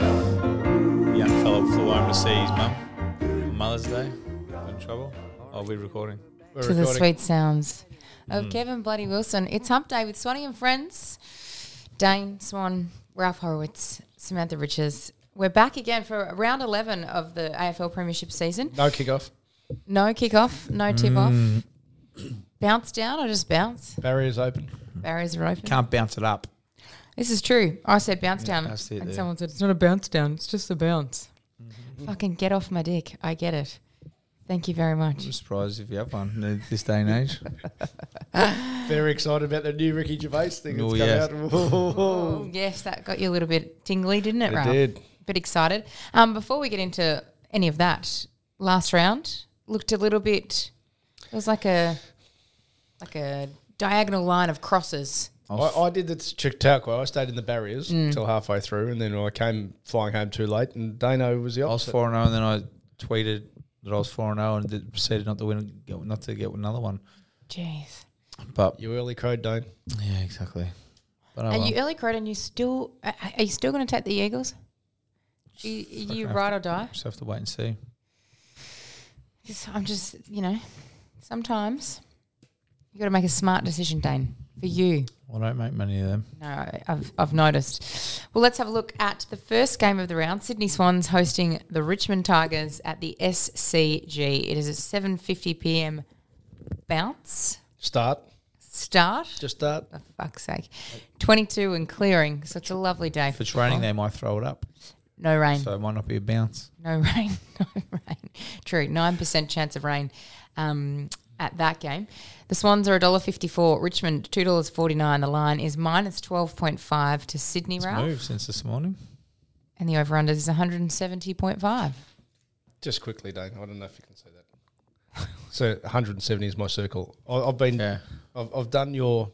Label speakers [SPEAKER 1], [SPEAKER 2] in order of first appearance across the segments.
[SPEAKER 1] Young fella flew home to see his mum on Mother's Day. In trouble? Are we recording? We're
[SPEAKER 2] to the
[SPEAKER 1] recording.
[SPEAKER 2] sweet sounds of
[SPEAKER 3] Mm.
[SPEAKER 2] Kevin Bloody Wilson. It's Hump Day with Swanee and friends. Dane Swan, Ralph Horowitz, Samantha Riches. We're back again for round 11 of the AFL Premiership season.
[SPEAKER 3] No kickoff.
[SPEAKER 2] No kickoff, no tip
[SPEAKER 1] Mm.
[SPEAKER 2] off. Bounce down or just bounce?
[SPEAKER 3] Barriers open.
[SPEAKER 2] Barriers are open.
[SPEAKER 1] Can't bounce it up.
[SPEAKER 2] This is true. I said bounce down.
[SPEAKER 1] that's it
[SPEAKER 2] and
[SPEAKER 1] there.
[SPEAKER 2] someone said, it's not a bounce down, it's just a bounce. Fucking get off my dick. I get it. Thank you very much.
[SPEAKER 1] I'm surprised if you have one in this day and age.
[SPEAKER 3] Very excited about the new Ricky Gervais thing that's
[SPEAKER 1] Oh,
[SPEAKER 3] come
[SPEAKER 1] yes.
[SPEAKER 3] out. Whoa.
[SPEAKER 2] Oh, yes, that got you a little bit tingly, didn't it,
[SPEAKER 3] It
[SPEAKER 2] Ralph?
[SPEAKER 3] did.
[SPEAKER 2] bit excited. Um, before we get into any of that, last round looked a little bit. It was like a like a diagonal line of crosses.
[SPEAKER 3] I, I did the Chautauqua. I stayed in the barriers
[SPEAKER 2] Mm.
[SPEAKER 3] until halfway through, and then I came flying home too late. And Dano was the
[SPEAKER 1] I was
[SPEAKER 3] opposite.
[SPEAKER 1] four and zero, and then I tweeted that I was four and zero, and did- decided not to win, get- not to get another one.
[SPEAKER 2] Jeez.
[SPEAKER 1] But
[SPEAKER 3] You early crowed, Dane.
[SPEAKER 1] yeah, exactly. But oh,
[SPEAKER 2] Are
[SPEAKER 1] well.
[SPEAKER 2] you early crowed and you still are are you still going to take the Eagles? Are you, are you ride or die?
[SPEAKER 1] just have to wait and see.
[SPEAKER 2] Just- I'm just you know sometimes you got to make a smart decision, Dane, for you.
[SPEAKER 1] I don't make many of them.
[SPEAKER 2] No, I've, I've noticed. Well, let's have a look at the first game of the round. Sydney Swans hosting the Richmond Tigers at the SCG. It is a 7:50 p.m. bounce
[SPEAKER 3] Start.
[SPEAKER 2] start.
[SPEAKER 3] Just start.
[SPEAKER 2] For fuck's sake, 22 and clearing. So it's a lovely day.
[SPEAKER 1] If it's raining, they might throw it up,
[SPEAKER 2] no rain.
[SPEAKER 1] so it might not be a bounce.
[SPEAKER 2] No rain, no rain. True, nine percent chance of rain um, at that game. The Swans are $1.54, Richmond $2.49. The line is minus 12.5 to Sydney.
[SPEAKER 1] It's
[SPEAKER 2] Ralph.
[SPEAKER 1] moved since this morning.
[SPEAKER 2] And the over under is 170.5.
[SPEAKER 3] Just quickly, Dane. I don't know if you can say that. so 170 is my circle. I, I've been.
[SPEAKER 1] Yeah.
[SPEAKER 3] I've, I've done your.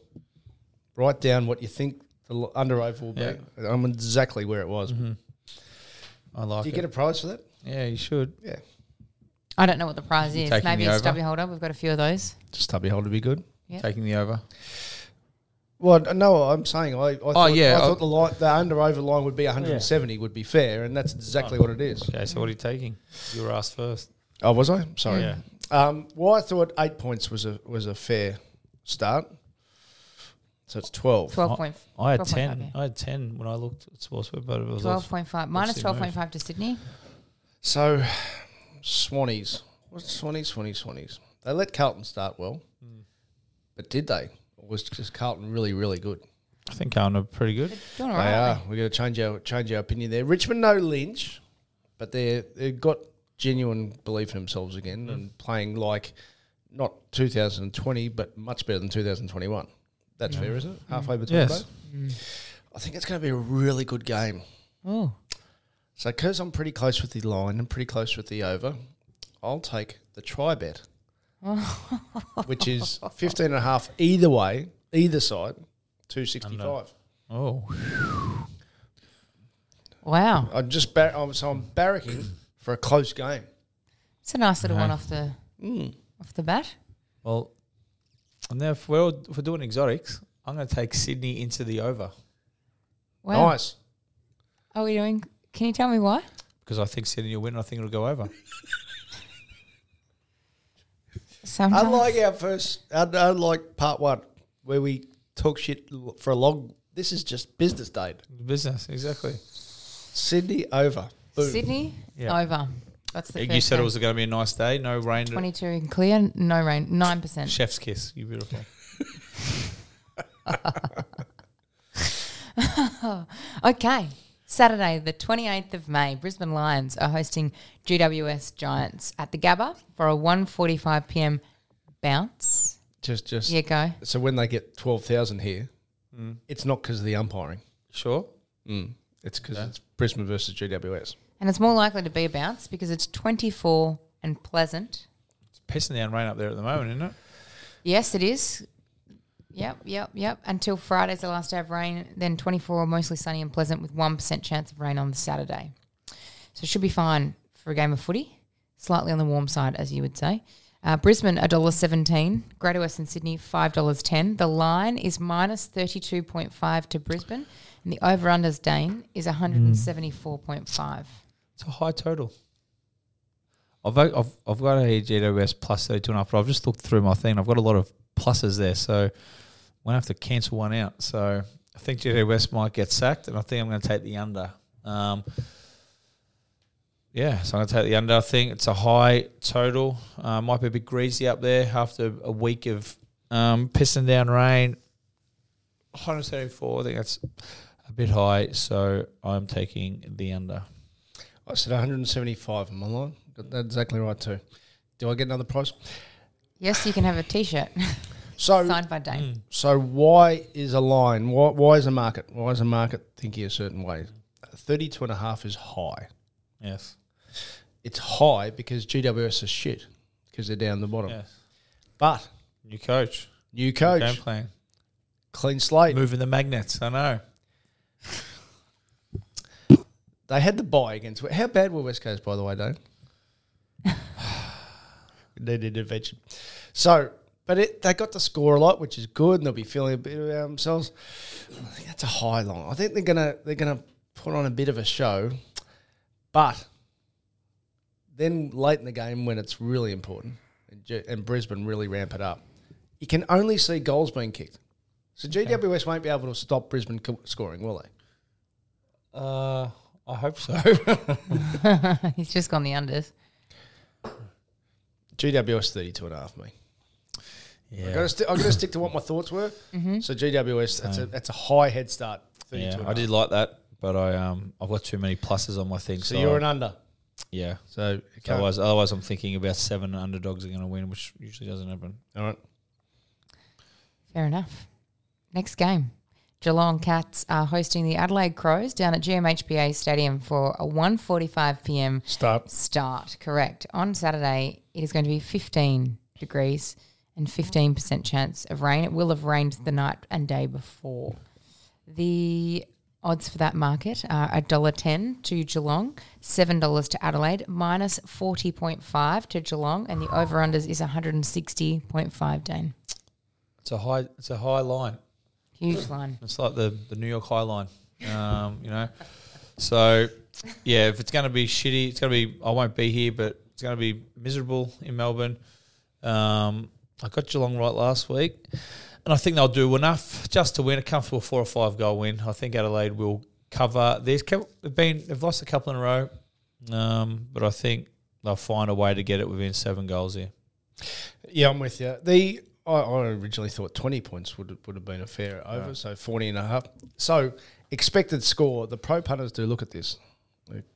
[SPEAKER 3] Write down what you think the l- under over will be. I'm exactly where it was.
[SPEAKER 1] I like
[SPEAKER 3] Do you
[SPEAKER 1] it.
[SPEAKER 3] get a prize for that?
[SPEAKER 1] yeah, you should.
[SPEAKER 3] Yeah.
[SPEAKER 2] I don't know what the prize is.
[SPEAKER 1] taking
[SPEAKER 2] Maybe
[SPEAKER 1] the
[SPEAKER 2] a
[SPEAKER 1] over?
[SPEAKER 2] stubby holder. We've got a few of those.
[SPEAKER 3] Just stubby hold to be good.
[SPEAKER 2] Yeah.
[SPEAKER 1] Taking the over.
[SPEAKER 3] Well, no, I'm saying I, I thought,
[SPEAKER 1] Oh, yeah, uh,
[SPEAKER 3] I
[SPEAKER 1] I-
[SPEAKER 3] thought the, line, the under over line would be 170 would be fair, and that's
[SPEAKER 1] Oh.
[SPEAKER 3] exactly what it is.
[SPEAKER 1] Okay, so what are you taking? You were asked first.
[SPEAKER 3] Oh, was I? Sorry.
[SPEAKER 1] Yeah.
[SPEAKER 3] Um, well, I thought eight points was a was a fair start. So it's 12.
[SPEAKER 2] 12 point,
[SPEAKER 1] I had
[SPEAKER 2] 12.5,
[SPEAKER 1] ten.
[SPEAKER 2] yeah.
[SPEAKER 1] I had ten when I looked at Sportsweb, but it was off-
[SPEAKER 2] 12.5. Minus
[SPEAKER 1] the move?
[SPEAKER 2] 12.5 to Sydney.
[SPEAKER 3] So, Swannies. What's Swannies? Swannies, Swannies. They let Carlton start well,
[SPEAKER 1] Hmm.
[SPEAKER 3] but did they? Or was just Carlton really, really good?
[SPEAKER 1] I think Carlton are pretty good.
[SPEAKER 2] Doing all
[SPEAKER 3] They
[SPEAKER 2] right.
[SPEAKER 3] are. We're going to change our change our opinion there. Richmond no Lynch, but they they've got genuine belief in themselves again
[SPEAKER 2] Mm.
[SPEAKER 3] and playing like not 2020, but much better than 2021. That's fair, isn't it?
[SPEAKER 2] Mm.
[SPEAKER 3] Halfway between
[SPEAKER 1] Yes.
[SPEAKER 3] both. I think it's going to be a really good game.
[SPEAKER 2] Oh.
[SPEAKER 3] So because I'm pretty close with the line and pretty close with the over, I'll take the try bet, which is 15 and a half either way, either side, 265.
[SPEAKER 1] Oh,
[SPEAKER 2] Wow.
[SPEAKER 3] I'm just bar- I'm, so I'm barracking for a close game.
[SPEAKER 2] It's a nice little
[SPEAKER 1] No.
[SPEAKER 2] one off the
[SPEAKER 1] Mm.
[SPEAKER 2] off the bat.
[SPEAKER 1] well. And now if we're, all, if we're doing exotics, I'm going to take Sydney into the over
[SPEAKER 2] Wow.
[SPEAKER 3] Nice.
[SPEAKER 2] Are we doing? Can you tell me why?
[SPEAKER 1] because I think Sydney will win. and I think it'll go over.
[SPEAKER 2] Sometimes.
[SPEAKER 3] Unlike our first, un- unlike part one, where we talk shit l- for a long. This is just business date.
[SPEAKER 1] Business, exactly.
[SPEAKER 3] Sydney over. Boom.
[SPEAKER 2] Sydney
[SPEAKER 1] Yeah.
[SPEAKER 2] over. That's the
[SPEAKER 1] You
[SPEAKER 2] first
[SPEAKER 1] said it
[SPEAKER 2] game.
[SPEAKER 1] was going to be a nice day, no rain.
[SPEAKER 2] twenty-two and clear, no rain, nine percent.
[SPEAKER 1] Chef's kiss. You beautiful.
[SPEAKER 2] Okay. Saturday, the 28th of May, Brisbane Lions are hosting GWS Giants at the Gabba for a 1.45 p.m. bounce.
[SPEAKER 3] Just, just.
[SPEAKER 2] Yeah, go.
[SPEAKER 3] So when they get twelve thousand here, it's not because of the umpiring.
[SPEAKER 1] Sure.
[SPEAKER 3] It's because it's Brisbane versus GWS.
[SPEAKER 2] And it's more likely to be a bounce because it's 24 and pleasant.
[SPEAKER 1] It's pissing down rain up there at the moment, isn't it?
[SPEAKER 2] Yes, it is. Yep, yep, yep. Until Friday's the last day of rain, then 24 mostly sunny and pleasant with 1% chance of rain on the Saturday. So it should be fine for a game of footy. Slightly on the warm side, as you would say. Uh, Brisbane, $1.17. Greater Western Sydney, $5.10. The line is minus 32.5 to Brisbane. And the over-unders, Dane, is 174.5.
[SPEAKER 1] It's a high total. I've I've, I've got a GWS plus thirty two and a half, but I've just looked through my thing. I've got a lot of pluses there, so I'm gonna have to cancel one out. So I think GWS might get sacked, and I think I'm gonna take the under. Um, yeah, so I'm gonna take the under. I think it's a high total. Uh, might be a bit greasy up there after a week of um, pissing down rain. 174. I think that's a bit high, so I'm taking the under.
[SPEAKER 3] I said one hundred and seventy-five on my line. Got that exactly right too. Do I get another prize?
[SPEAKER 2] Yes, you can have a T-shirt
[SPEAKER 3] So,
[SPEAKER 2] signed by Dane.
[SPEAKER 3] so why is a line? Why, why is a market? Why is a market thinking a certain way? Thirty-two and a half is high.
[SPEAKER 1] Yes.
[SPEAKER 3] It's high because GWS is shit because they're down the bottom.
[SPEAKER 1] Yes.
[SPEAKER 3] But
[SPEAKER 1] New coach.
[SPEAKER 3] new
[SPEAKER 1] New
[SPEAKER 3] coach,
[SPEAKER 1] Game plan.
[SPEAKER 3] clean slate.
[SPEAKER 1] Moving the magnets. I know.
[SPEAKER 3] They had the buy against. How bad were West Coast, by the way, Dane? Need intervention. So, but it, they got the score a lot, which is good, and they'll be feeling a bit about themselves. I think that's a high line. I think they're gonna they're gonna put on a bit of a show, but then late in the game when it's really important and, Ju- and Brisbane really ramp it up, you can only see goals being kicked. So GWS won't be able to stop Brisbane co- scoring, will they?
[SPEAKER 1] Uh, I hope so.
[SPEAKER 2] He's just gone the unders.
[SPEAKER 3] GWS 32 and a half, me.
[SPEAKER 1] yeah.
[SPEAKER 3] I've got, to sti- I've got to stick to what my thoughts were. So GWS, that's a, that's a high head start. 32
[SPEAKER 1] yeah.
[SPEAKER 3] and a
[SPEAKER 1] I
[SPEAKER 3] half.
[SPEAKER 1] did like that, but I um I've got too many pluses on my thing. So,
[SPEAKER 3] So you're an under.
[SPEAKER 1] yeah.
[SPEAKER 3] So, okay.
[SPEAKER 1] Otherwise, otherwise I'm thinking about seven underdogs are going to win, which usually doesn't happen.
[SPEAKER 3] all right.
[SPEAKER 2] Fair enough. Next game. Geelong Cats are hosting the Adelaide Crows down at GMHBA Stadium for a 1.45 p.m.
[SPEAKER 3] Start.
[SPEAKER 2] start. Correct. On Saturday, it is going to be 15 degrees and 15% chance of rain. It will have rained the night and day before. The odds for that market are $1.10 to Geelong, $7 to Adelaide, minus 40.5 to Geelong, and the over-unders is 160.5, Dane.
[SPEAKER 1] It's a high. It's a high line.
[SPEAKER 2] Huge line.
[SPEAKER 1] It's like the, the New York High Line, um, you know. So, yeah, if it's going to be shitty, it's going to be. I won't be here, but it's going to be miserable in Melbourne. Um, I got Geelong right last week, and I think they'll do enough just to win a comfortable four or five goal win. I think Adelaide will cover. They've kept- they've been they've lost a couple in a row, um, but I think they'll find a way to get it within seven goals here.
[SPEAKER 3] Yeah, I'm with you. The I, I originally thought 20 points would would have been a fair over, so 40 and a half. So expected score. The pro punters do look at this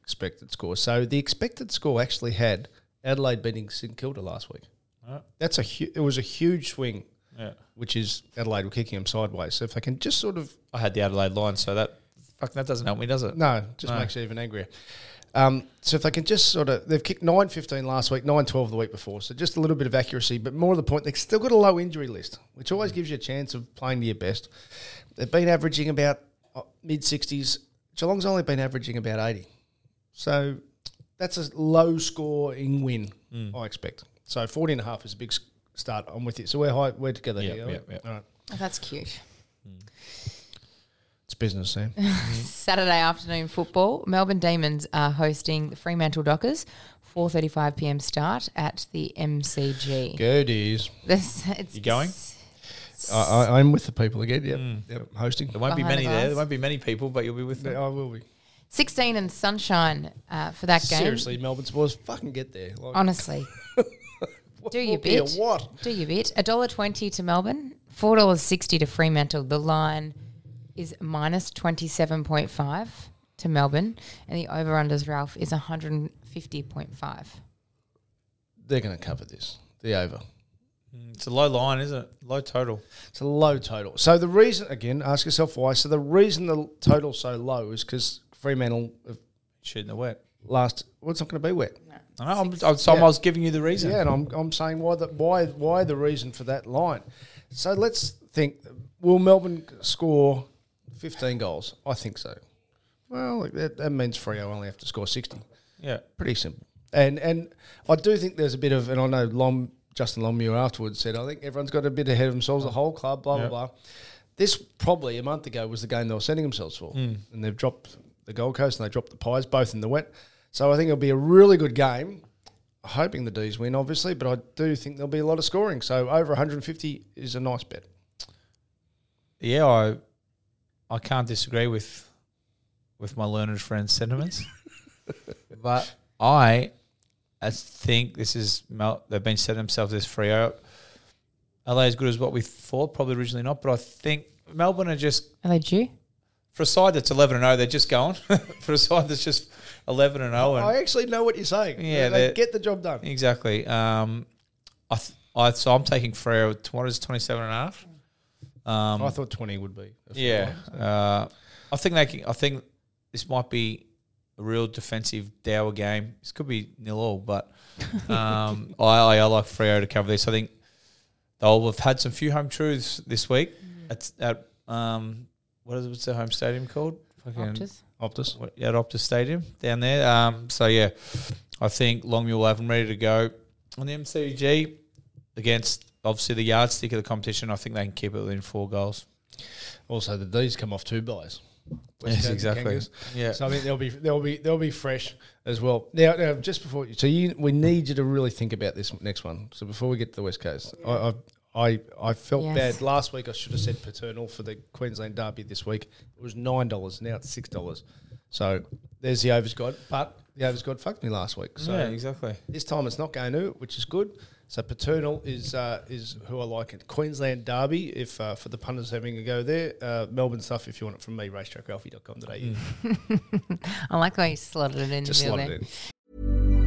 [SPEAKER 3] expected score. So the expected score actually had Adelaide beating St Kilda last week. That's a hu- it was a huge swing,
[SPEAKER 1] Yeah.
[SPEAKER 3] which is Adelaide were kicking them sideways. So if they can just sort of
[SPEAKER 1] I had the Adelaide line, so that fuck that doesn't help me, does it?
[SPEAKER 3] No, just makes you even angrier. Um, so if they can just sort of, they've kicked nine fifteen last week, nine twelve the week before. So just a little bit of accuracy, but more to the point, they've still got a low injury list, which always gives you a chance of playing to your best. They've been averaging about mid sixties. Geelong's only been averaging about eighty, so that's a low scoring win. I expect. So 40 and a half is a big s- start. I'm with you. So we're high, we're together
[SPEAKER 1] Yeah,
[SPEAKER 3] here.
[SPEAKER 1] yeah,
[SPEAKER 3] all right?
[SPEAKER 1] yeah.
[SPEAKER 3] All right.
[SPEAKER 2] That's cute.
[SPEAKER 3] It's business, Sam.
[SPEAKER 2] Saturday afternoon football. Melbourne Demons are hosting the Fremantle Dockers. 4:35 p.m. start at the MCG.
[SPEAKER 3] Goodies.
[SPEAKER 2] This, it's
[SPEAKER 1] You going?
[SPEAKER 2] s-
[SPEAKER 3] I, I, I'm with the people again. Yep, yep. Hosting.
[SPEAKER 1] There won't be
[SPEAKER 2] Behind the
[SPEAKER 1] many there.
[SPEAKER 2] glass.
[SPEAKER 1] There won't be many people, but you'll be with
[SPEAKER 3] I
[SPEAKER 1] them.
[SPEAKER 3] will be.
[SPEAKER 2] 16 and sunshine uh, for that game.
[SPEAKER 3] Seriously, Melbourne sports, fucking get there. Like,
[SPEAKER 2] Honestly. do your
[SPEAKER 3] what be a
[SPEAKER 2] bit.
[SPEAKER 3] What?
[SPEAKER 2] Do your bit. $1.20 to Melbourne, $4.60 to Fremantle. The line is minus 27.5 to Melbourne. And the over-unders, Ralph, is 150.5.
[SPEAKER 3] They're going to cover this. The over.
[SPEAKER 1] It's a low line, isn't it? Low total.
[SPEAKER 3] It's a low total. So the reason, again, ask yourself why. So the reason the total's so low is because Fremantle have
[SPEAKER 1] Shit in the wet.
[SPEAKER 3] last. Well, it's not going to be wet.
[SPEAKER 1] I know, I'm, I'm, so I
[SPEAKER 3] Yeah.
[SPEAKER 1] was giving you the reason.
[SPEAKER 3] Yeah, and I'm, I'm saying why the why why the reason for that line. So let's think. Will Melbourne score 15 goals? I think so. Well, like that, that means Freo only have to score 60.
[SPEAKER 1] Yeah.
[SPEAKER 3] Pretty simple. And and I do think there's a bit of, and I know Lom, Justin Longmuir afterwards said, I think everyone's got a bit ahead of themselves, the whole club, blah,
[SPEAKER 1] Yeah.
[SPEAKER 3] blah, blah. This probably a month ago was the game they were sending themselves for.
[SPEAKER 1] Mm.
[SPEAKER 3] And they've dropped the Gold Coast and they dropped the Pies, both in the wet. So I think it'll be a really good game. Hoping the D's win, obviously, but I do think there'll be a lot of scoring. So over 150 is a nice bet.
[SPEAKER 1] Yeah, I I can't disagree with with my learned friend's sentiments. but I I think this is Mel, they've been setting themselves this free out. LA as good as what we thought, probably originally not, but I think Melbourne are just
[SPEAKER 2] Are they due?
[SPEAKER 1] for a side that's eleven and zero, they're just going for a side that's just eleven and zero. And
[SPEAKER 3] I actually know what you're saying.
[SPEAKER 1] Yeah,
[SPEAKER 3] they
[SPEAKER 1] they're-
[SPEAKER 3] get the job done.
[SPEAKER 1] Exactly. Um, I, th- I so I'm taking Freo. at What is it, 27 and a half? Um,
[SPEAKER 3] I thought 20 would be. a fair
[SPEAKER 1] yeah.
[SPEAKER 3] line.
[SPEAKER 1] Uh, I think they can, I think this might be a real defensive dour game. This could be nil all, but um, I, I I like Freo to cover this. I think they'll have had some few home truths this week at, at um, what is what's their home stadium called? Fucking
[SPEAKER 2] Optus?
[SPEAKER 3] Optus.
[SPEAKER 1] what- at Optus Stadium down there. Um, so yeah, I think Longmule will have them ready to go on the MCG against obviously the yardstick of the competition. I think they can keep it within four goals.
[SPEAKER 3] Also, the D's come off two buys.
[SPEAKER 1] Yes, exactly. Yeah.
[SPEAKER 3] So I think they'll be they'll be they'll be fresh as well. Now, now just before, so you we need you to really think about this next one. So before we get to the West Coast, I I I, I felt
[SPEAKER 2] Yes.
[SPEAKER 3] bad last week. I should have said paternal for the Queensland Derby this week. It was nine dollars. Now it's six dollars. So there's the overs god, but the overs god fucked me last week. So
[SPEAKER 1] yeah, exactly.
[SPEAKER 3] this time it's not going to, which is good. So Paternal is uh, is who I like it. Queensland Derby, if uh, for the punters having a go there. Uh, Melbourne stuff, if you want it from me, racetrackralphie.com.au. today.
[SPEAKER 1] Mm.
[SPEAKER 2] I like the way you slotted it in
[SPEAKER 3] Just
[SPEAKER 2] the middle
[SPEAKER 3] slot it
[SPEAKER 2] there.
[SPEAKER 3] in.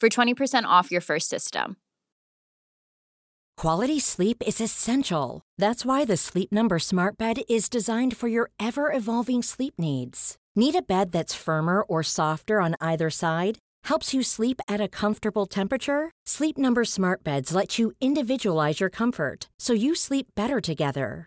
[SPEAKER 4] for 20% off your first system.
[SPEAKER 5] Quality sleep is essential. That's why the Sleep Number Smart Bed is designed for your ever evolving sleep needs. Need a bed that's firmer or softer on either side? Helps you sleep at a comfortable temperature? Sleep Number Smart Beds let you individualize your comfort so you sleep better together.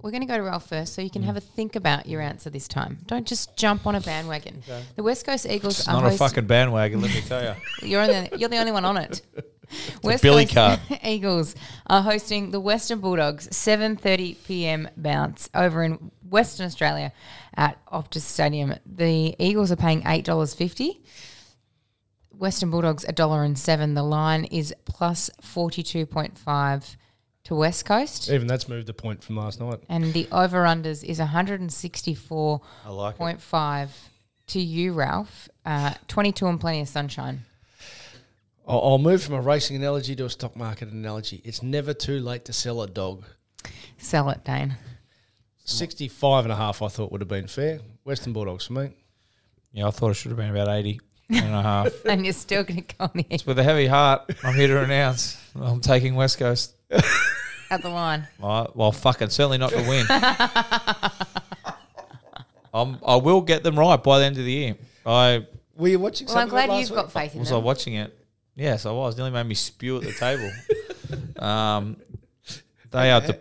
[SPEAKER 2] we're going to go to Ralph first so you
[SPEAKER 1] Mm.
[SPEAKER 2] can have a think about your answer this time. Don't just jump on a bandwagon. The West Coast Eagles
[SPEAKER 1] It's
[SPEAKER 2] are
[SPEAKER 1] not a
[SPEAKER 2] hosting-
[SPEAKER 1] fucking bandwagon, let me tell you.
[SPEAKER 2] You're on the, you're the only one on it. West
[SPEAKER 1] billy
[SPEAKER 2] Coast
[SPEAKER 1] cart.
[SPEAKER 2] Eagles are hosting the Western Bulldogs 7:30 p.m. bounce over in Western Australia at Optus Stadium. The Eagles are paying eight dollars fifty. Western Bulldogs a dollar and seven. The line is plus forty two point five to West Coast.
[SPEAKER 3] Even that's moved a point from last night.
[SPEAKER 2] And the over unders is 164.5
[SPEAKER 1] I like it.
[SPEAKER 2] to you, Ralph. Uh, 22 and plenty of sunshine.
[SPEAKER 3] I'll, I'll move from a racing analogy to a stock market analogy. It's never too late to sell a dog.
[SPEAKER 2] Sell it, Dane.
[SPEAKER 3] 65 and a half, I thought would have been fair. Western Bulldogs for me.
[SPEAKER 1] Yeah, I thought it should have been about 80 and a half.
[SPEAKER 2] And you're still going to go on the edge
[SPEAKER 1] With a heavy heart, I'm here to announce I'm taking West Coast.
[SPEAKER 2] of the line.
[SPEAKER 1] Well, well, fucking certainly not to win. I'm, I will get them right by the end of the year. I
[SPEAKER 3] Were you watching
[SPEAKER 2] Well, I'm
[SPEAKER 3] something
[SPEAKER 2] glad
[SPEAKER 3] last
[SPEAKER 2] you've
[SPEAKER 3] week?
[SPEAKER 2] got faith in
[SPEAKER 1] was I
[SPEAKER 2] them.
[SPEAKER 1] watching it. Yes, I was. Nearly made me spew at the table. um, they are
[SPEAKER 3] Oh, we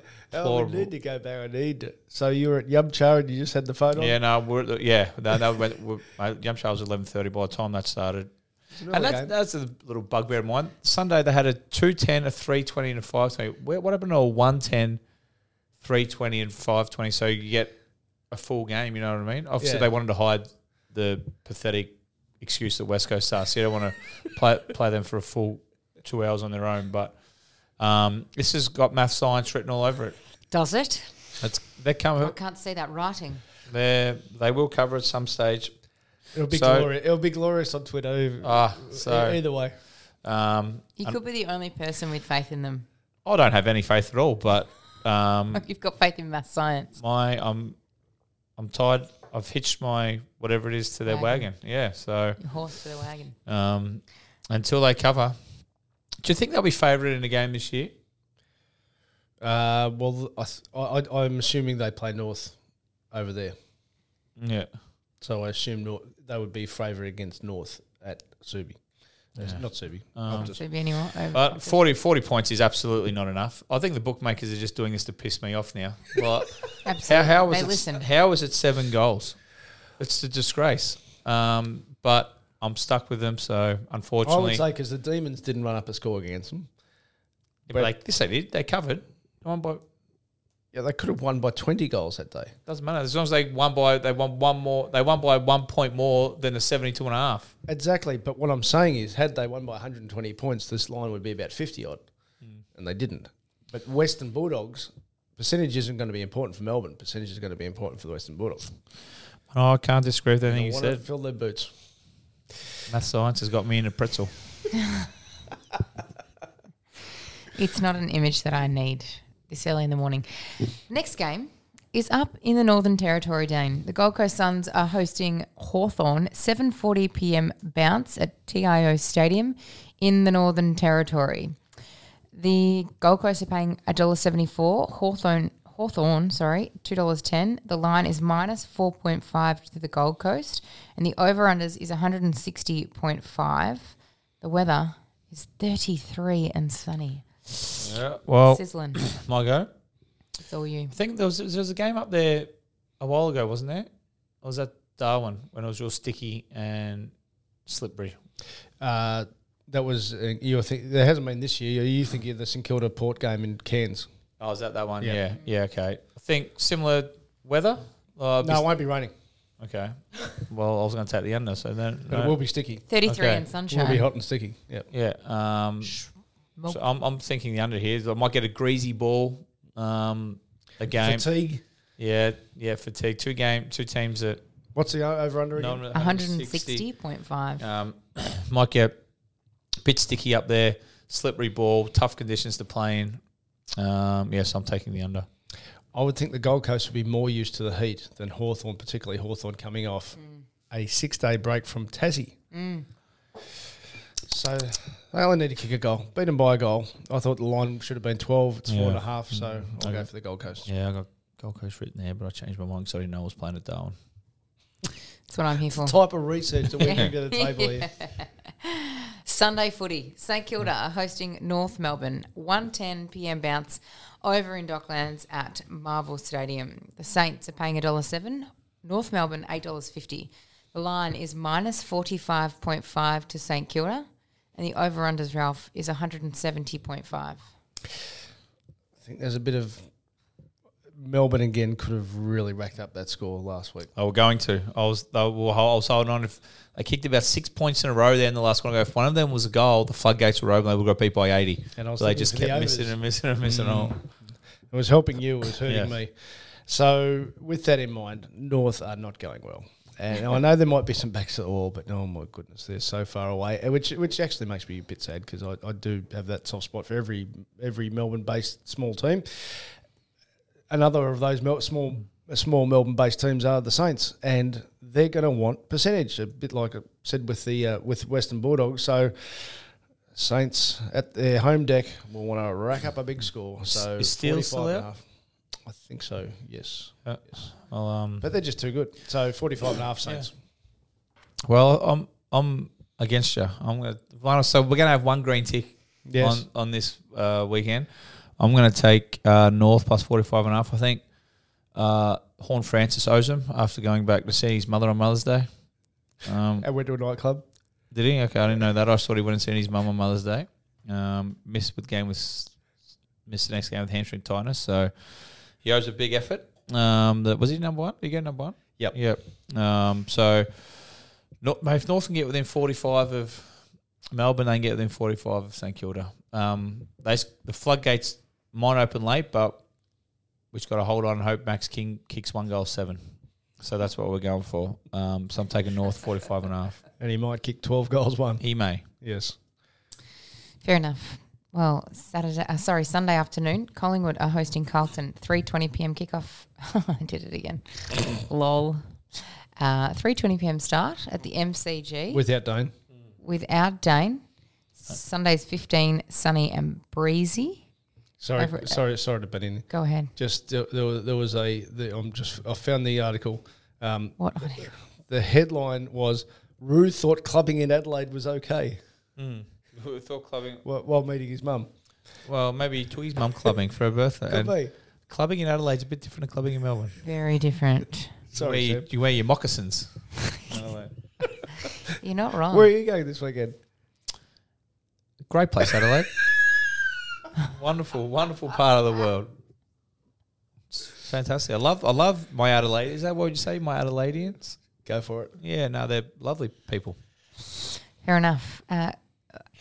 [SPEAKER 1] deplorable.
[SPEAKER 3] need to go back. I need to. So you were at Yumcha and you just had the phone on?
[SPEAKER 1] Yeah, no, we're at the, yeah, no, no, we're, we're, my jump show was eleven thirty by the time that started, and that's
[SPEAKER 3] game.
[SPEAKER 1] that's a little bugbear of mine. Sunday they had a two ten, a three twenty, and a five twenty. Where what happened to a one ten, three twenty, and five twenty? So you get a full game. You know what I mean? Obviously
[SPEAKER 3] Yeah.
[SPEAKER 1] they wanted to hide the pathetic excuse that West Coast Stars. So you don't want to play play them for a full two hours on their own, but. Um, this has got math science written all over it.
[SPEAKER 2] Does it?
[SPEAKER 1] That's they're
[SPEAKER 2] I
[SPEAKER 1] coming.
[SPEAKER 2] can't see that writing.
[SPEAKER 1] They they will cover at some stage.
[SPEAKER 3] It'll be
[SPEAKER 1] So-
[SPEAKER 3] glorious. It'll be glorious on Twitter.
[SPEAKER 1] Ah,
[SPEAKER 3] E-
[SPEAKER 1] so
[SPEAKER 3] either way,
[SPEAKER 1] Um,
[SPEAKER 2] You could be the only person with faith in them.
[SPEAKER 1] I don't have any faith at all, but um,
[SPEAKER 2] You've got faith in math science.
[SPEAKER 1] my I'm I'm tired. I've hitched my whatever it is to their wagon.
[SPEAKER 2] Wagon.
[SPEAKER 1] Yeah, so
[SPEAKER 2] Your horse for the wagon.
[SPEAKER 1] um, until they cover, do you think they'll be favourite in the game this year?
[SPEAKER 3] uh, well, I, th- I, I, I'm assuming they play North over there,
[SPEAKER 1] Yeah,
[SPEAKER 3] so I assume North, they would be favourite against North at Subi. Not Subi. Optus.
[SPEAKER 2] Should be anyone. over-
[SPEAKER 1] but 40, 40 points is absolutely not enough. I think the bookmakers are just doing this to piss me off now. Like, how
[SPEAKER 2] Absolutely.
[SPEAKER 1] how is
[SPEAKER 2] they
[SPEAKER 1] it,
[SPEAKER 2] listen.
[SPEAKER 1] how is it seven goals? It's a disgrace. Um, but I'm stuck with them, so
[SPEAKER 3] I would
[SPEAKER 1] unfortunately,
[SPEAKER 3] say because the Demons didn't run up a score against them.
[SPEAKER 1] but like this, they did. They covered. One by
[SPEAKER 3] Yeah, they could have won by 20 goals that day.
[SPEAKER 1] Doesn't matter as long as they won by they won one more they won by one point more than the 72 and a half.
[SPEAKER 3] Exactly. But what I'm saying is, had they won by 120 points, this line would be about 50 odd, and they didn't. But Western Bulldogs percentage isn't going to be important for Melbourne. Percentage is going to be important for the Western Bulldogs.
[SPEAKER 1] No, I can't disagree with anything
[SPEAKER 3] They
[SPEAKER 1] you
[SPEAKER 3] want to
[SPEAKER 1] said.
[SPEAKER 3] fill their boots.
[SPEAKER 1] Math science has got me in a pretzel.
[SPEAKER 2] It's not an image that I need this early in the morning. Next game is up in the Northern Territory, Dane. The Gold Coast Suns are hosting Hawthorn 7:40 p.m. bounce at TIO Stadium in the Northern Territory. The Gold Coast are paying $1.74. Hawthorn, Hawthorn, sorry, $2.10. The line is minus 4.5 to the Gold Coast, and the over-unders is 160.5. The weather is 33 and sunny.
[SPEAKER 3] Oh.
[SPEAKER 1] Well,
[SPEAKER 2] Sizzling.
[SPEAKER 1] my go.
[SPEAKER 2] It's all you.
[SPEAKER 1] I think there was, there was a game up there a while ago, wasn't there? Or was that Darwin when it was real sticky and slippery?
[SPEAKER 3] Uh, that was uh, your thing. There hasn't been this year. You think of the St Kilda Port game in Cairns?
[SPEAKER 1] Oh, is that that one?
[SPEAKER 3] Yeah.
[SPEAKER 1] Yeah. Yeah, okay. I think similar weather. Uh,
[SPEAKER 3] No, it won't be raining,
[SPEAKER 1] Okay. Well, I was going to take the under, so then.
[SPEAKER 3] but it
[SPEAKER 1] no.
[SPEAKER 3] will be sticky.
[SPEAKER 2] 33
[SPEAKER 1] Okay.
[SPEAKER 2] and
[SPEAKER 3] It will be
[SPEAKER 2] sunshine.
[SPEAKER 3] hot and sticky. Yep.
[SPEAKER 1] Yeah. Um, so I'm, I'm thinking the under here. I might get a greasy ball. Um, a game.
[SPEAKER 3] Fatigue.
[SPEAKER 1] yeah. Yeah. Fatigue. Two game. Two teams that.
[SPEAKER 3] What's the over under again?
[SPEAKER 1] no, no,
[SPEAKER 2] 160.5.
[SPEAKER 1] Um, might get a bit sticky up there. Slippery ball. Tough conditions to play in. Um, yes, I'm taking the under.
[SPEAKER 3] I would think the Gold Coast would be more used to the heat than Hawthorn, particularly Hawthorn coming off a six day break from Tassie. So they only need to kick a goal. Beat them by a goal. I thought the line should have been 12. It's four
[SPEAKER 1] Yeah. Mm.
[SPEAKER 3] and a half, so I'll go
[SPEAKER 1] Okay.
[SPEAKER 3] for the Gold Coast.
[SPEAKER 1] Yeah, I got Gold Coast written there, but I changed my mind because I didn't know I was playing at Darwin.
[SPEAKER 2] That's what I'm here for.
[SPEAKER 3] Type of research that we bring to the table here.
[SPEAKER 2] Sunday footy. St Kilda are hosting North Melbourne. 1.10 p.m. bounce over in Docklands at Marvel Stadium. The Saints are paying $1.07. North Melbourne, $8.50. The line is minus 45.5 to St Kilda. And the over-unders, Ralph, is 170.5.
[SPEAKER 3] I think there's a bit of Melbourne again could have really racked up that score last week.
[SPEAKER 1] They were going to. I was. They were, I was holding on. If they kicked about six points in a row there in the last one, I go. If one of them was a goal, the floodgates were open. They would have got beat by eighty.
[SPEAKER 3] And I was
[SPEAKER 1] so they
[SPEAKER 3] thinking
[SPEAKER 1] just
[SPEAKER 3] for the
[SPEAKER 1] kept missing
[SPEAKER 3] overs. Mm.
[SPEAKER 1] and missing and missing. all.
[SPEAKER 3] It was helping you, it was hurting
[SPEAKER 1] Yes.
[SPEAKER 3] me. So, with that in mind, North are not going well. And I know there might be some backs at all, but oh my goodness, they're so far away. And Which which actually makes me a bit sad because I, I do have that soft spot for every every Melbourne based small team. Another of those Mel- small small Melbourne based teams are the Saints, and they're going to want percentage, a bit like I said with the uh, with Western Bulldogs. So Saints at their home deck will want to rack up a big score. So
[SPEAKER 1] is Steele still
[SPEAKER 3] 45 and a
[SPEAKER 1] out?
[SPEAKER 3] half. I think so. Yes.
[SPEAKER 1] Uh,
[SPEAKER 3] yes.
[SPEAKER 1] Well, um,
[SPEAKER 3] But they're just too good. So 45 and a half Saints.
[SPEAKER 1] well, I'm I'm against you. I'm gonna. So we're gonna have one green tick
[SPEAKER 3] Yes.
[SPEAKER 1] on on this uh, weekend. I'm gonna take uh, North plus 45 and a half. I think uh, Horn Francis owes him after going back to see his mother on Mother's Day. Um,
[SPEAKER 3] And we're to a nightclub.
[SPEAKER 1] Did he? Okay, I didn't know that. I thought he went and seen his mum on Mother's Day. Um, missed with game with missed the next game with hamstring tightness. So he owes a big effort. Um, that was he number one? Did he go number one?
[SPEAKER 3] Yep.
[SPEAKER 1] Yep. Um, so not, if North can get within forty five of Melbourne, they can get within forty five of St Kilda. Um, they s- the floodgates might open late, but we just got to hold on and hope Max King kicks one goal seven. So that's what we're going for. Um, so I'm taking North 45 and a half.
[SPEAKER 3] And he might kick 12 goals one.
[SPEAKER 1] He may.
[SPEAKER 3] Yes.
[SPEAKER 2] Fair enough. Well, Saturday, uh, sorry, Sunday afternoon, Collingwood are hosting Carlton. Three twenty p.m. kickoff. I did it again. Lol. Uh, Three twenty p.m. start at the MCG
[SPEAKER 3] Without Dane.
[SPEAKER 2] without Dane. Sunday's fifteen, sunny and breezy.
[SPEAKER 3] Sorry,
[SPEAKER 2] Over-
[SPEAKER 3] sorry, sorry to butt in.
[SPEAKER 2] Go ahead.
[SPEAKER 3] Just uh, there, was- there was a. The, I'm just. I found the article. Um,
[SPEAKER 2] What on earth?
[SPEAKER 3] the headline was: Rue thought clubbing in Adelaide was okay
[SPEAKER 1] Who thought clubbing?
[SPEAKER 3] while, while meeting his mum.
[SPEAKER 1] Well, maybe to his mum clubbing for her birthday. And
[SPEAKER 3] Could be.
[SPEAKER 1] Clubbing in Adelaide's a bit different to clubbing in Melbourne.
[SPEAKER 2] Very different.
[SPEAKER 3] Sorry,
[SPEAKER 1] you, wear,
[SPEAKER 3] Seb.
[SPEAKER 1] you wear your moccasins.
[SPEAKER 2] You're not wrong.
[SPEAKER 3] Where are you going this weekend?
[SPEAKER 1] Great place, Adelaide. wonderful, wonderful part of the world. It's fantastic. I love, I love my Adelaide. Is that what you say, my Adelaideans?
[SPEAKER 3] Go for it.
[SPEAKER 1] Yeah, no, they're lovely people.
[SPEAKER 2] Fair enough. Uh,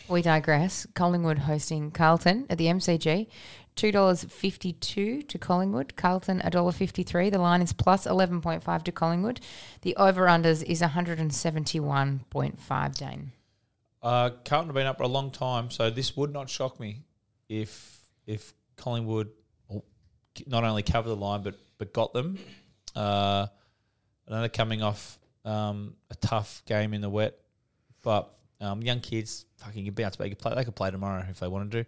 [SPEAKER 2] we digress. Collingwood hosting Carlton at the MCG. Two dollars fifty-two to Collingwood. Carlton a dollar fifty-three. The line is plus eleven point five to Collingwood. The over/unders is one hundred and seventy-one point five. Dane.
[SPEAKER 1] Uh, Carlton have been up for a long time, so this would not shock me if if Collingwood oh, not only covered the line but but got them. Uh, I know they're coming off um, a tough game in the wet, but um, young kids fucking can bounce back. You play, they could play tomorrow if they wanted to,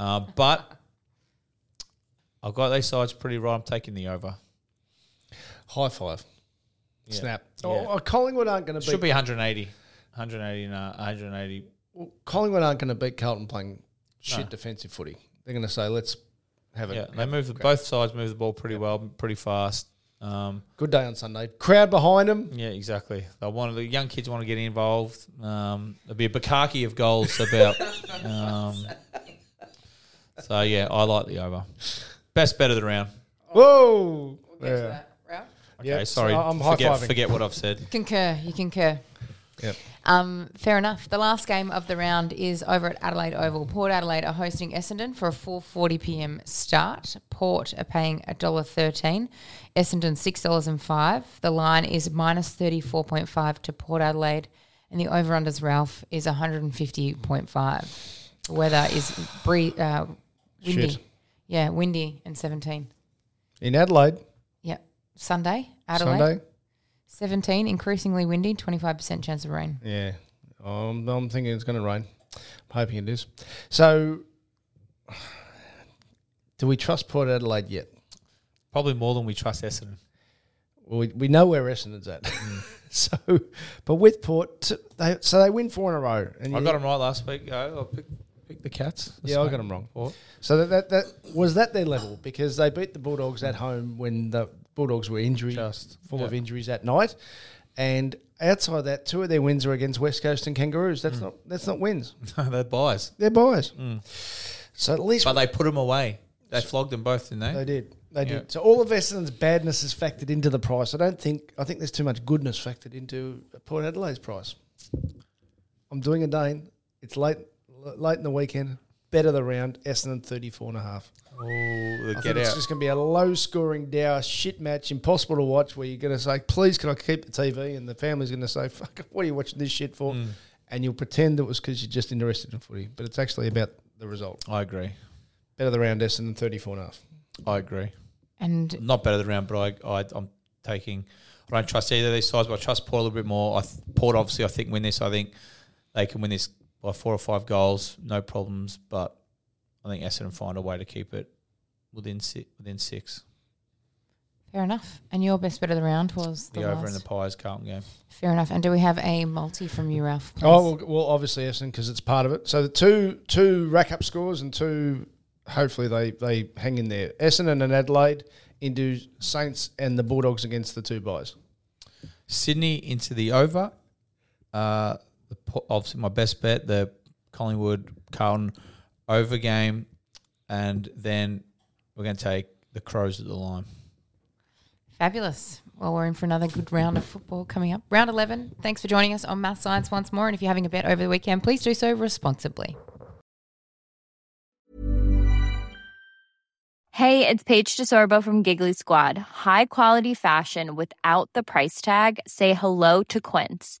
[SPEAKER 1] uh, but I've got these sides pretty right. I'm taking the over.
[SPEAKER 3] High five.
[SPEAKER 1] Yeah.
[SPEAKER 3] Snap.
[SPEAKER 1] Yeah.
[SPEAKER 3] Oh, oh, Collingwood aren't going to
[SPEAKER 1] Should
[SPEAKER 3] beat.
[SPEAKER 1] be 180, 180, and, uh, 180.
[SPEAKER 3] well, Collingwood aren't going to beat Carlton playing shit
[SPEAKER 1] No.
[SPEAKER 3] defensive footy. They're going to say, let's have it.
[SPEAKER 1] Yeah, they move the, both sides move the ball pretty well, pretty fast. Um,
[SPEAKER 3] Good day on Sunday. Crowd behind them.
[SPEAKER 1] Yeah, exactly. They want the young kids want to get involved. Um, there'll be a bukkake of goals about. um, so yeah, I like the over. Best bet of the round.
[SPEAKER 3] Whoa. yeah.
[SPEAKER 1] Oh. Okay,
[SPEAKER 3] Yep, so
[SPEAKER 1] sorry.
[SPEAKER 3] I'm
[SPEAKER 1] forget,
[SPEAKER 3] high-fiving.
[SPEAKER 1] forget what I've said.
[SPEAKER 2] Concur. You concur.
[SPEAKER 3] Yep.
[SPEAKER 2] Um, fair enough. The last game of the round is over at Adelaide Oval. Port Adelaide are hosting Essendon for a 4:40 p.m. start. Port are paying $1.13, Essendon $6.05. The line is minus 34.5 to Port Adelaide, and the over/unders Ralph is 150.5. The weather is bree- uh, windy.
[SPEAKER 3] Shit.
[SPEAKER 2] Yeah, windy and 17.
[SPEAKER 3] In Adelaide,
[SPEAKER 2] Yep. Sunday, Adelaide,
[SPEAKER 3] Sunday.
[SPEAKER 2] 17, increasingly windy, 25% chance of rain.
[SPEAKER 3] Yeah. Um, I'm thinking it's going to rain. I'm hoping it is. So, do we trust Port Adelaide yet?
[SPEAKER 1] Probably more than we trust Essendon.
[SPEAKER 3] Well, we, we know where Essendon's at.
[SPEAKER 1] Mm.
[SPEAKER 3] so, but with Port, t- they, so they win four in a row. And
[SPEAKER 1] I
[SPEAKER 3] you-
[SPEAKER 1] got them right last week. I I picked, picked the Cats.
[SPEAKER 3] Yeah, I got 'em wrong.
[SPEAKER 1] Port.
[SPEAKER 3] So that, that that was that their level because they beat the Bulldogs at home when the Bulldogs were injury
[SPEAKER 1] Just,
[SPEAKER 3] full of
[SPEAKER 1] yeah.
[SPEAKER 3] injuries that night, and outside that, two of their wins are against West Coast and Kangaroos. That's
[SPEAKER 1] Mm.
[SPEAKER 3] not that's not wins.
[SPEAKER 1] They're buys, Mm.
[SPEAKER 3] They're buys. So at least
[SPEAKER 1] but they put them away. They flogged them both, didn't they?
[SPEAKER 3] they did. They
[SPEAKER 1] Yeah.
[SPEAKER 3] did. So all of Essendon's badness is factored into the price. I don't think. I think there's too much goodness factored into Port Adelaide's price. I'm doing a Dane. It's late, l- late in the weekend. Bet of the round, Essendon 34 and a half.
[SPEAKER 1] Oh, the
[SPEAKER 3] I
[SPEAKER 1] get
[SPEAKER 3] think it's
[SPEAKER 1] out.
[SPEAKER 3] just going to be a low-scoring, dour shit match, impossible to watch. Where you're going to say, "Please, can I keep the TV?" And the family's going to say, "Fuck, what are you watching this shit for?"
[SPEAKER 1] Mm.
[SPEAKER 3] And you'll pretend it was because you're just interested in footy, but it's actually about the result.
[SPEAKER 1] I agree.
[SPEAKER 3] Bet of the round, Essendon 34 and a half.
[SPEAKER 1] I agree.
[SPEAKER 2] And
[SPEAKER 1] Not better than round, but I, I I'm taking. I don't trust either of these sides, but I trust Port a little bit more. I th- Port obviously I think win this. I think they can win this by four or five goals, no problems. But I think Essendon find a way to keep it within six. Within six,
[SPEAKER 2] fair enough. And your best bet of the round was
[SPEAKER 1] the,
[SPEAKER 2] the,
[SPEAKER 1] over in
[SPEAKER 2] last.
[SPEAKER 1] the Pies Carlton game.
[SPEAKER 2] fair enough. And do we have a multi from you, Ralph? please?
[SPEAKER 3] Oh well, well obviously Essendon because it's part of it. So the two two rack up scores and two hopefully they they hang in there. Essendon and Adelaide into Saints and the Bulldogs against the two buys.
[SPEAKER 1] Sydney into the over. Uh, the, po- obviously, my best bet the Collingwood Carlton over game, and then we're going to take the Crows at the line.
[SPEAKER 2] Fabulous. Well, we're in for another good round of football coming up. Round 11. Thanks for joining us on Math Science once more. And if you're having a bet over the weekend, please do so responsibly.
[SPEAKER 4] Hey, it's Paige DeSorbo from Giggly Squad. High quality fashion without the price tag. Say hello to Quince.